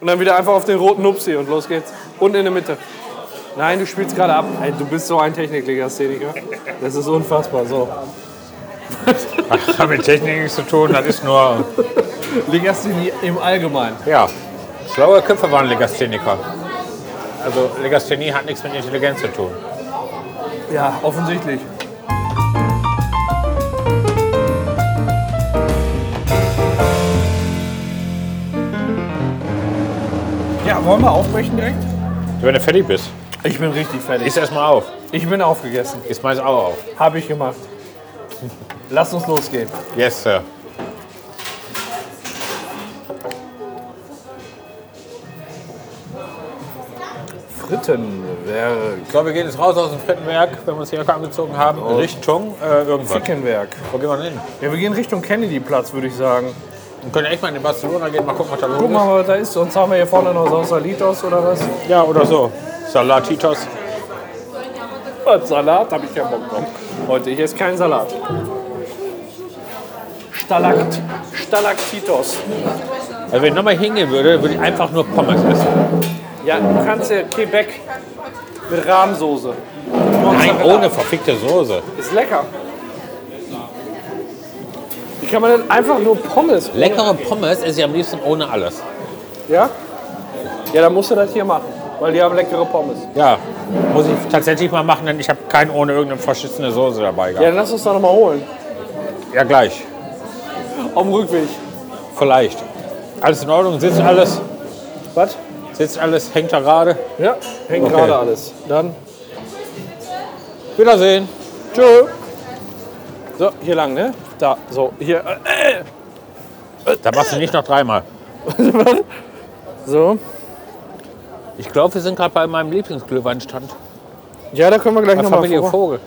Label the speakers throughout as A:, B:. A: Und dann wieder einfach auf den roten Nupsi und los geht's. Und in der Mitte. Nein, du spielst gerade ab. Ey, du bist so ein Techniklegastheniker. Das ist unfassbar. So.
B: Das hat mit Technik nichts zu tun, das ist nur.
A: Legasthenie im Allgemeinen.
B: Ja. Schlaue Köpfe waren Legastheniker. Also Legasthenie hat nichts mit Intelligenz zu tun.
A: Ja, offensichtlich. Ja, wollen wir aufbrechen direkt?
B: Wenn du fertig bist,
A: Ich bin richtig fertig.
B: isst erstmal auf.
A: Ich bin aufgegessen.
B: Isst meins auch auf.
A: Habe ich gemacht. Lass uns losgehen.
B: Yes, Sir.
A: Frittenwerk.
B: Ich glaube, wir gehen jetzt raus aus dem Frittenwerk, wenn wir uns hier angezogen haben.
A: Oh.
B: Richtung äh, irgendwas.
A: Zickenwerk.
B: Wo gehen wir denn hin?
A: Ja, wir gehen Richtung Kennedyplatz, würde ich sagen.
B: Wir können echt mal in Barcelona gehen, mal gucken, was da los
A: Guck mal, was da ist. Sonst haben wir hier vorne noch Sausalitos oder was?
B: ist. Ja, oder so. Salatitos.
A: Was, Salat? Habe ich keinen Bock drauf. Heute, ich esse keinen Salat. Stalakt. Stalaktitos.
B: Also wenn ich nochmal hingehen würde, würde ich einfach nur Pommes essen.
A: Ja, du kannst ja Quebec mit Rahmsoße.
B: Nein, ohne verfickte Soße.
A: Ist lecker. Wie kann man denn einfach nur Pommes?
B: Leckere Pommes esse ich am liebsten ohne alles.
A: Ja? Ja, dann musst du das hier machen, weil die haben leckere Pommes.
B: Ja, muss ich tatsächlich mal machen, denn ich habe keinen ohne irgendeine verschissene Soße
A: Ja,
B: dabei gehabt.
A: dann lass uns doch nochmal holen.
B: Ja, gleich.
A: Auf dem Rückweg.
B: Vielleicht. Alles in Ordnung? Sitzt alles?
A: Was?
B: Sitzt alles? Hängt da gerade?
A: Ja, hängt
B: Okay.
A: gerade alles. Dann.
B: Wiedersehen.
A: Tschö. So, hier lang, ne? Da, so, hier.
B: Da machst du nicht noch dreimal.
A: So.
B: Ich glaube, wir sind gerade bei meinem Lieblingsglühweinstand.
A: Ja, da können wir gleich
B: Bei
A: nochmal
B: Familie
A: vor.
B: Vogel.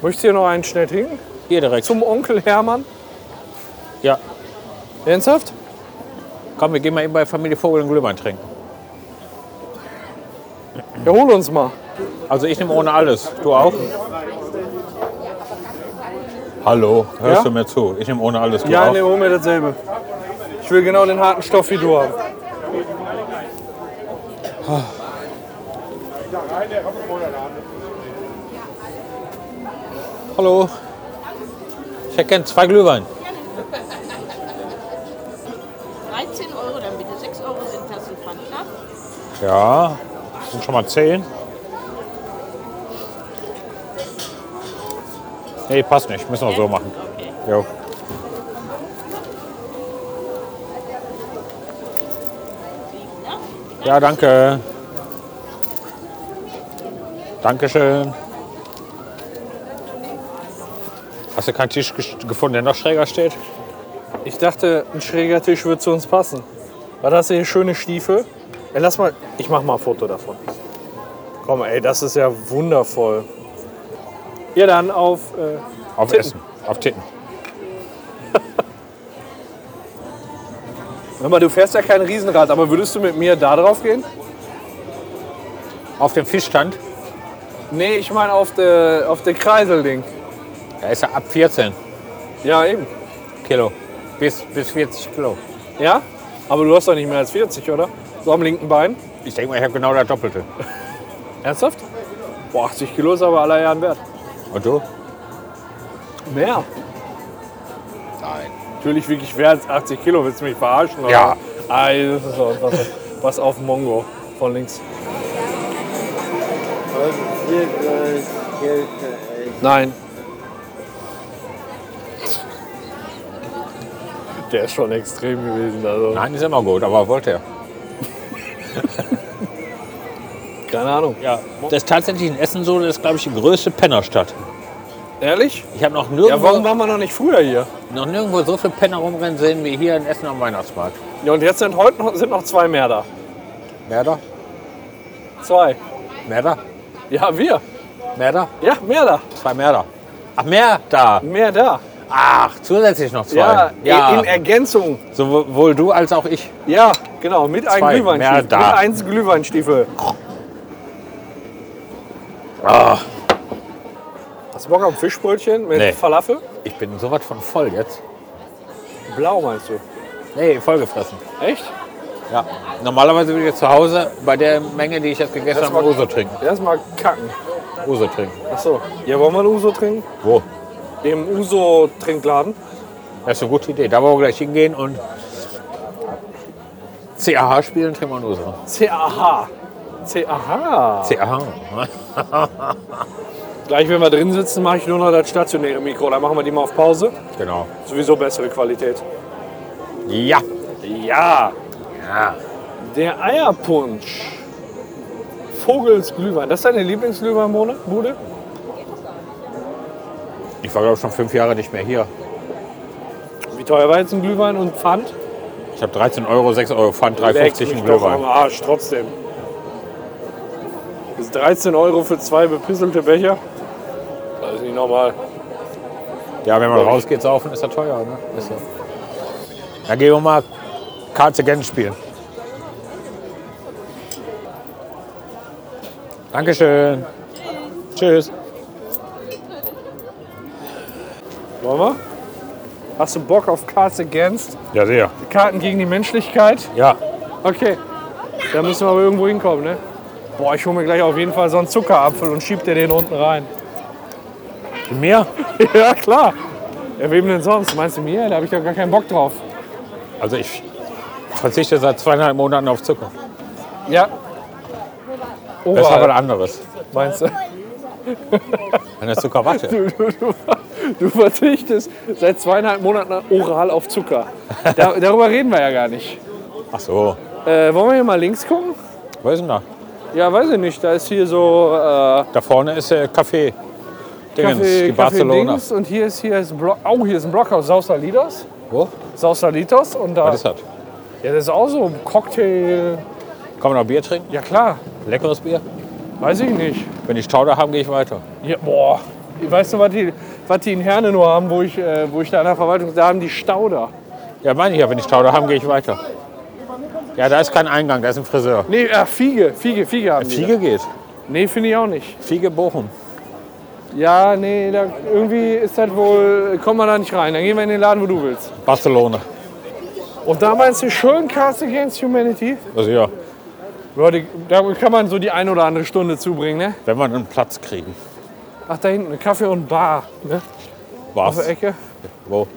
A: Möchtest du hier noch einen schnell trinken?
B: Hier direkt.
A: Zum Onkel Hermann?
B: Ja.
A: Ernsthaft?
B: Komm, wir gehen mal eben bei Familie Vogel einen Glühwein trinken.
A: Ja, hol uns mal.
B: Also ich nehme ohne alles. Du auch? Hallo, hörst
A: Ja?
B: du mir zu? Ich nehme ohne alles. Du
A: Ja,
B: auch?
A: ne, hol mir dasselbe. Ich will genau den harten Stoff wie du haben.
B: Hallo. Ich erkenne zwei Glühwein.
C: 13 Euro, dann bitte 6 Euro sind Tassen Pfand ab.
B: Ja, das sind schon mal zehn. Nee, passt nicht. Müssen wir so machen.
C: Okay.
B: Jo.
C: Ja?
B: Ja, danke. Dankeschön. Hast du keinen Tisch gest- gefunden, der noch schräger steht?
A: Ich dachte, ein schräger Tisch würde zu uns passen. Was hast du hier schöne Stiefel? Ey, lass mal, ich mach mal ein Foto davon. Komm, ey, das ist ja wundervoll. Ja, dann auf. Äh,
B: Auf
A: Titten.
B: Essen. Auf Titten.
A: hör mal, du fährst ja kein Riesenrad, aber würdest du mit mir da drauf gehen?
B: Auf dem Fischstand,
A: Nee, ich meine auf der auf der Kreiselding.
B: da ist er ab 14
A: Ja, eben.
B: Kilo. Bis, bis 40 Kilo.
A: Ja? Aber du hast doch nicht mehr als 40, oder? So am linken Bein.
B: Ich denke mal, ich habe genau das Doppelte.
A: Ernsthaft? Boah, 80 Kilo ist aber aller Jahren wert.
B: Und du?
A: Mehr?
B: Nein.
A: Natürlich wirklich wert als 80 Kilo, willst du mich verarschen? Oder?
B: Ja.
A: Ei, das ist auch was, was auf Mongo von links. Nein. Der ist schon extrem gewesen. Also.
B: Nein, ist immer gut, aber wollte er.
A: Keine Ahnung.
B: Ja. Das ist tatsächlich in Essen so, das ist, glaube ich, die größte Pennerstadt.
A: Ehrlich?
B: Ich habe noch
A: Ja,
B: nirgendwo,
A: warum waren wir noch nicht früher hier?
B: noch nirgendwo so viele Penner rumrennen sehen wie hier in Essen am Weihnachtsmarkt.
A: Ja, und jetzt sind heute noch, sind noch zwei mehr da.
B: Merda?
A: Zwei.
B: Merda?
A: Ja, wir.
B: Merda?
A: Ja, mehr da.
B: Zwei Merda. Ach, mehr da.
A: Mehr da.
B: Ach, zusätzlich noch zwei.
A: Ja, In Ergänzung.
B: sowohl du als auch ich.
A: Ja, genau. Mit einem
B: Zwei. Mehr
A: Glühweinstiefel. Mit
B: da.
A: eins Glühweinstiefel.
B: Ah,
A: Hast du Bock auf ein Fischbrötchen mit
B: Nee.
A: Falafel?
B: ich bin sowas von voll jetzt.
A: Blau meinst du?
B: Nee, vollgefressen.
A: Echt?
B: Ja. Normalerweise würde ich jetzt zu Hause bei der Menge, die ich jetzt gegessen
A: Das
B: habe,
A: war-
B: Uso trinken.
A: Erstmal kacken.
B: Uso trinken.
A: Achso. Ja, wollen wir einen Uso trinken?
B: Wo?
A: Dem Uso-Trinkladen.
B: Das ist eine gute Idee. Da wollen wir gleich hingehen und CAH spielen, trinken wir einen Uso.
A: CAH. CAH.
B: CAH.
A: Gleich, wenn wir drin sitzen, mache ich nur noch das stationäre Mikro. Dann machen wir die mal auf Pause.
B: Genau.
A: Sowieso bessere Qualität.
B: Ja.
A: Ja.
B: ja.
A: Der Eierpunsch. Vogelsglühwein. Das ist deine Lieblingsglühweinbude?
B: Ich war, glaube ich, schon fünf Jahre nicht mehr hier.
A: Wie teuer war jetzt ein Glühwein und Pfand?
B: Ich habe 13 Euro, 6 Euro Pfand, 3,50
A: Leck mich
B: im
A: doch am
B: Glühwein.
A: Arsch, trotzdem. Das ist 13 Euro für zwei bepisselte Becher. Das ist nicht normal.
B: Ja, wenn man rausgeht saufen, ist das teuer. Ne? Ist so. Dann gehen wir mal Cards Against spielen. Dankeschön. Tschüss.
A: Wollen wir? Hast du Bock auf Cards Against?
B: Ja, sehr.
A: Karten gegen die Menschlichkeit?
B: Ja.
A: Okay. Da müssen wir aber irgendwo hinkommen, ne? Boah, ich hole mir gleich auf jeden Fall so einen Zuckerapfel und schieb dir den unten rein.
B: Mit mir?
A: ja, klar. Ja, wem denn sonst? Meinst du mir? Da habe ich doch gar keinen Bock drauf.
B: Also ich verzichte seit zweieinhalb Monaten auf Zucker.
A: Ja.
B: Das ist aber
A: Oral,
B: was anderes.
A: meinst du?
B: Eine Zuckerwatte.
A: Du, du, du, du verzichtest seit zweieinhalb Monaten oral auf Zucker. Da, darüber reden wir ja gar nicht.
B: Ach so.
A: Äh, wollen wir hier mal links gucken?
B: Wo ist denn da?
A: Ja, weiß ich nicht. Da ist hier so äh,
B: Da vorne ist der Café. Dingens,
A: Café,
B: die
A: Café
B: Barcelona.
A: Dings und hier ist hier ist Block, oh, hier ist ein Blockhaus Sausalitos.
B: Wo?
A: Sausalitos und da
B: Oh, Was ist das?
A: ja, das ist auch so ein Cocktail.
B: Kann man noch Bier trinken?
A: Ja klar,
B: Leckeres Bier?
A: weiß ich nicht.
B: Wenn ich Tauder habe, gehe ich weiter.
A: Ja, boah, weißt du, was die, was die in Herne nur haben, wo ich, äh, wo ich da in der Verwaltung, da haben die Stauder.
B: Ja, meine ich ja, wenn ich Tauder habe, gehe ich weiter. Ja, da ist kein Eingang, da ist ein Friseur.
A: Nee, ach, Fiege, Fiege, Fiege haben die.
B: Äh, Fiege geht.
A: Nee, finde ich auch nicht.
B: Fiege Bochum.
A: Ja, nee, da, irgendwie ist das wohl, kommen wir da nicht rein. Dann gehen wir in den Laden, wo du willst.
B: Barcelona.
A: Und da meinst du schön Cards Against Humanity?
B: Also ja,
A: Ja, die- da kann man so die ein oder andere Stunde zubringen, ne?
B: wenn wir einen Platz kriegen.
A: Ach, da hinten, Kaffee und Bar, ne? Auf
B: Was?
A: der Ecke.
B: Wo?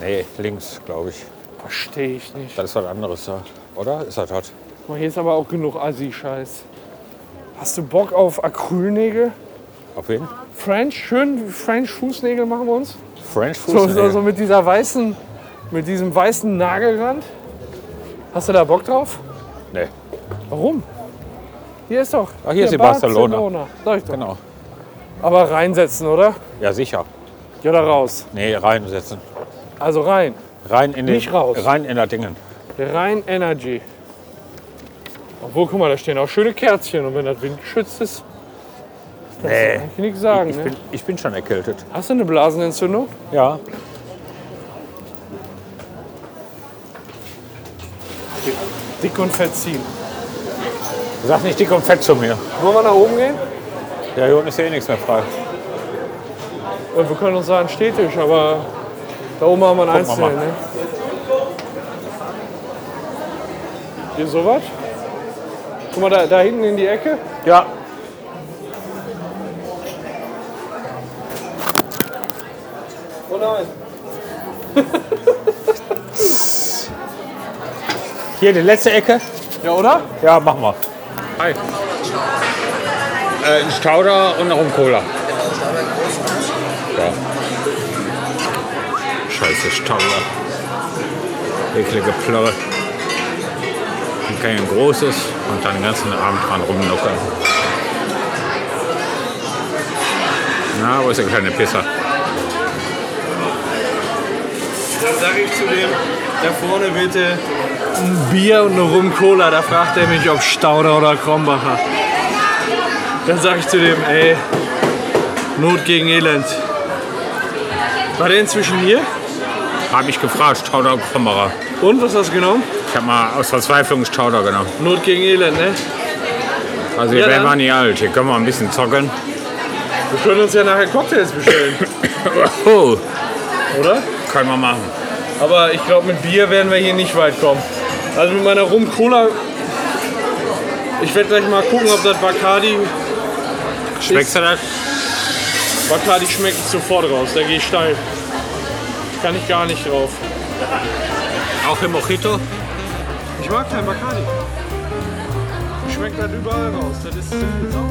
B: Nee, links, glaube ich.
A: Verstehe ich nicht.
B: Das ist was anderes da. Oder? Ist das das?
A: Guck mal, hier ist aber auch genug Assi-Scheiß. Hast du Bock auf Acrylnägel?
B: Auf jeden
A: French? Schön French Fußnägel machen wir uns?
B: French
A: So, so,
B: Fußnägel.
A: so mit dieser weißen, mit diesem weißen Nagelrand. Hast du da Bock drauf?
B: Nee.
A: Warum? Hier ist doch.
B: Ach, Ah, hier ist die Barcelona.
A: Sag ich doch.
B: Genau.
A: Aber reinsetzen, oder?
B: Ja, sicher.
A: Ja, da raus.
B: Nee, reinsetzen.
A: Also rein.
B: Rein in den.
A: Nicht raus.
B: Rein in das Dingen.
A: Rein Energy. Obwohl, guck mal, da stehen auch schöne Kerzchen. Und wenn das Wind geschützt ist,
B: Nee.
A: kann ich nichts sagen.
B: Äh, Ich
A: ne?
B: bin, ich bin schon erkältet.
A: Hast du eine Blasenentzündung?
B: Ja.
A: Dick und verziehen.
B: Sag nicht dick und fett zu mir.
A: Wollen wir nach oben gehen?
B: Ja, hier unten ist ja eh nichts mehr frei.
A: Und wir können uns sagen, Städtisch, aber da oben haben wir einen
B: Gucken wir
A: Einzelnen.
B: mal.
A: Ne? Hier sowas? Guck mal, da, da hinten in die Ecke.
B: Ja.
A: Oh nein.
B: Hier die letzte Ecke.
A: Ja, oder?
B: Ja, mach mal. Hi. Äh, ein Stauder und noch ein Cola. Ja. Scheiße Stauder. Eklige Plörre. Dann kann ich ein großes und dann den ganzen Abend dran rumlockern. Na, wo ist der kleine Pisser?
A: Dann sage ich zu dem, da vorne bitte ein Bier und eine Rum-Cola. Da fragt er mich, ob Stauder oder Krombacher. Dann sage ich zu dem, ey, Not gegen Elend. War der inzwischen hier?
B: Hab ich gefragt, Stauder und Krombacher.
A: Und, was hast du genommen?
B: Ich hab mal aus Verzweiflung Stauder genommen.
A: Not gegen Elend, ne?
B: Also hier
A: Ja,
B: werden
A: dann.
B: wir nicht alt. Hier können wir ein bisschen zocken.
A: Wir können uns ja nachher Cocktails bestellen,
B: Oh,
A: oder?
B: können wir machen.
A: Aber ich glaube, mit Bier werden wir hier nicht weit kommen. Also mit meiner Rum Cola. Ich werde gleich mal gucken, ob das Bacardi.
B: Schmeckt dir das?
A: Bacardi schmeckt sofort raus, da gehe ich steil. Kann ich gar nicht drauf.
B: Auch im Mojito?
A: Ich mag kein Bacardi. Schmeckt halt überall raus. Das ist simpel sauer.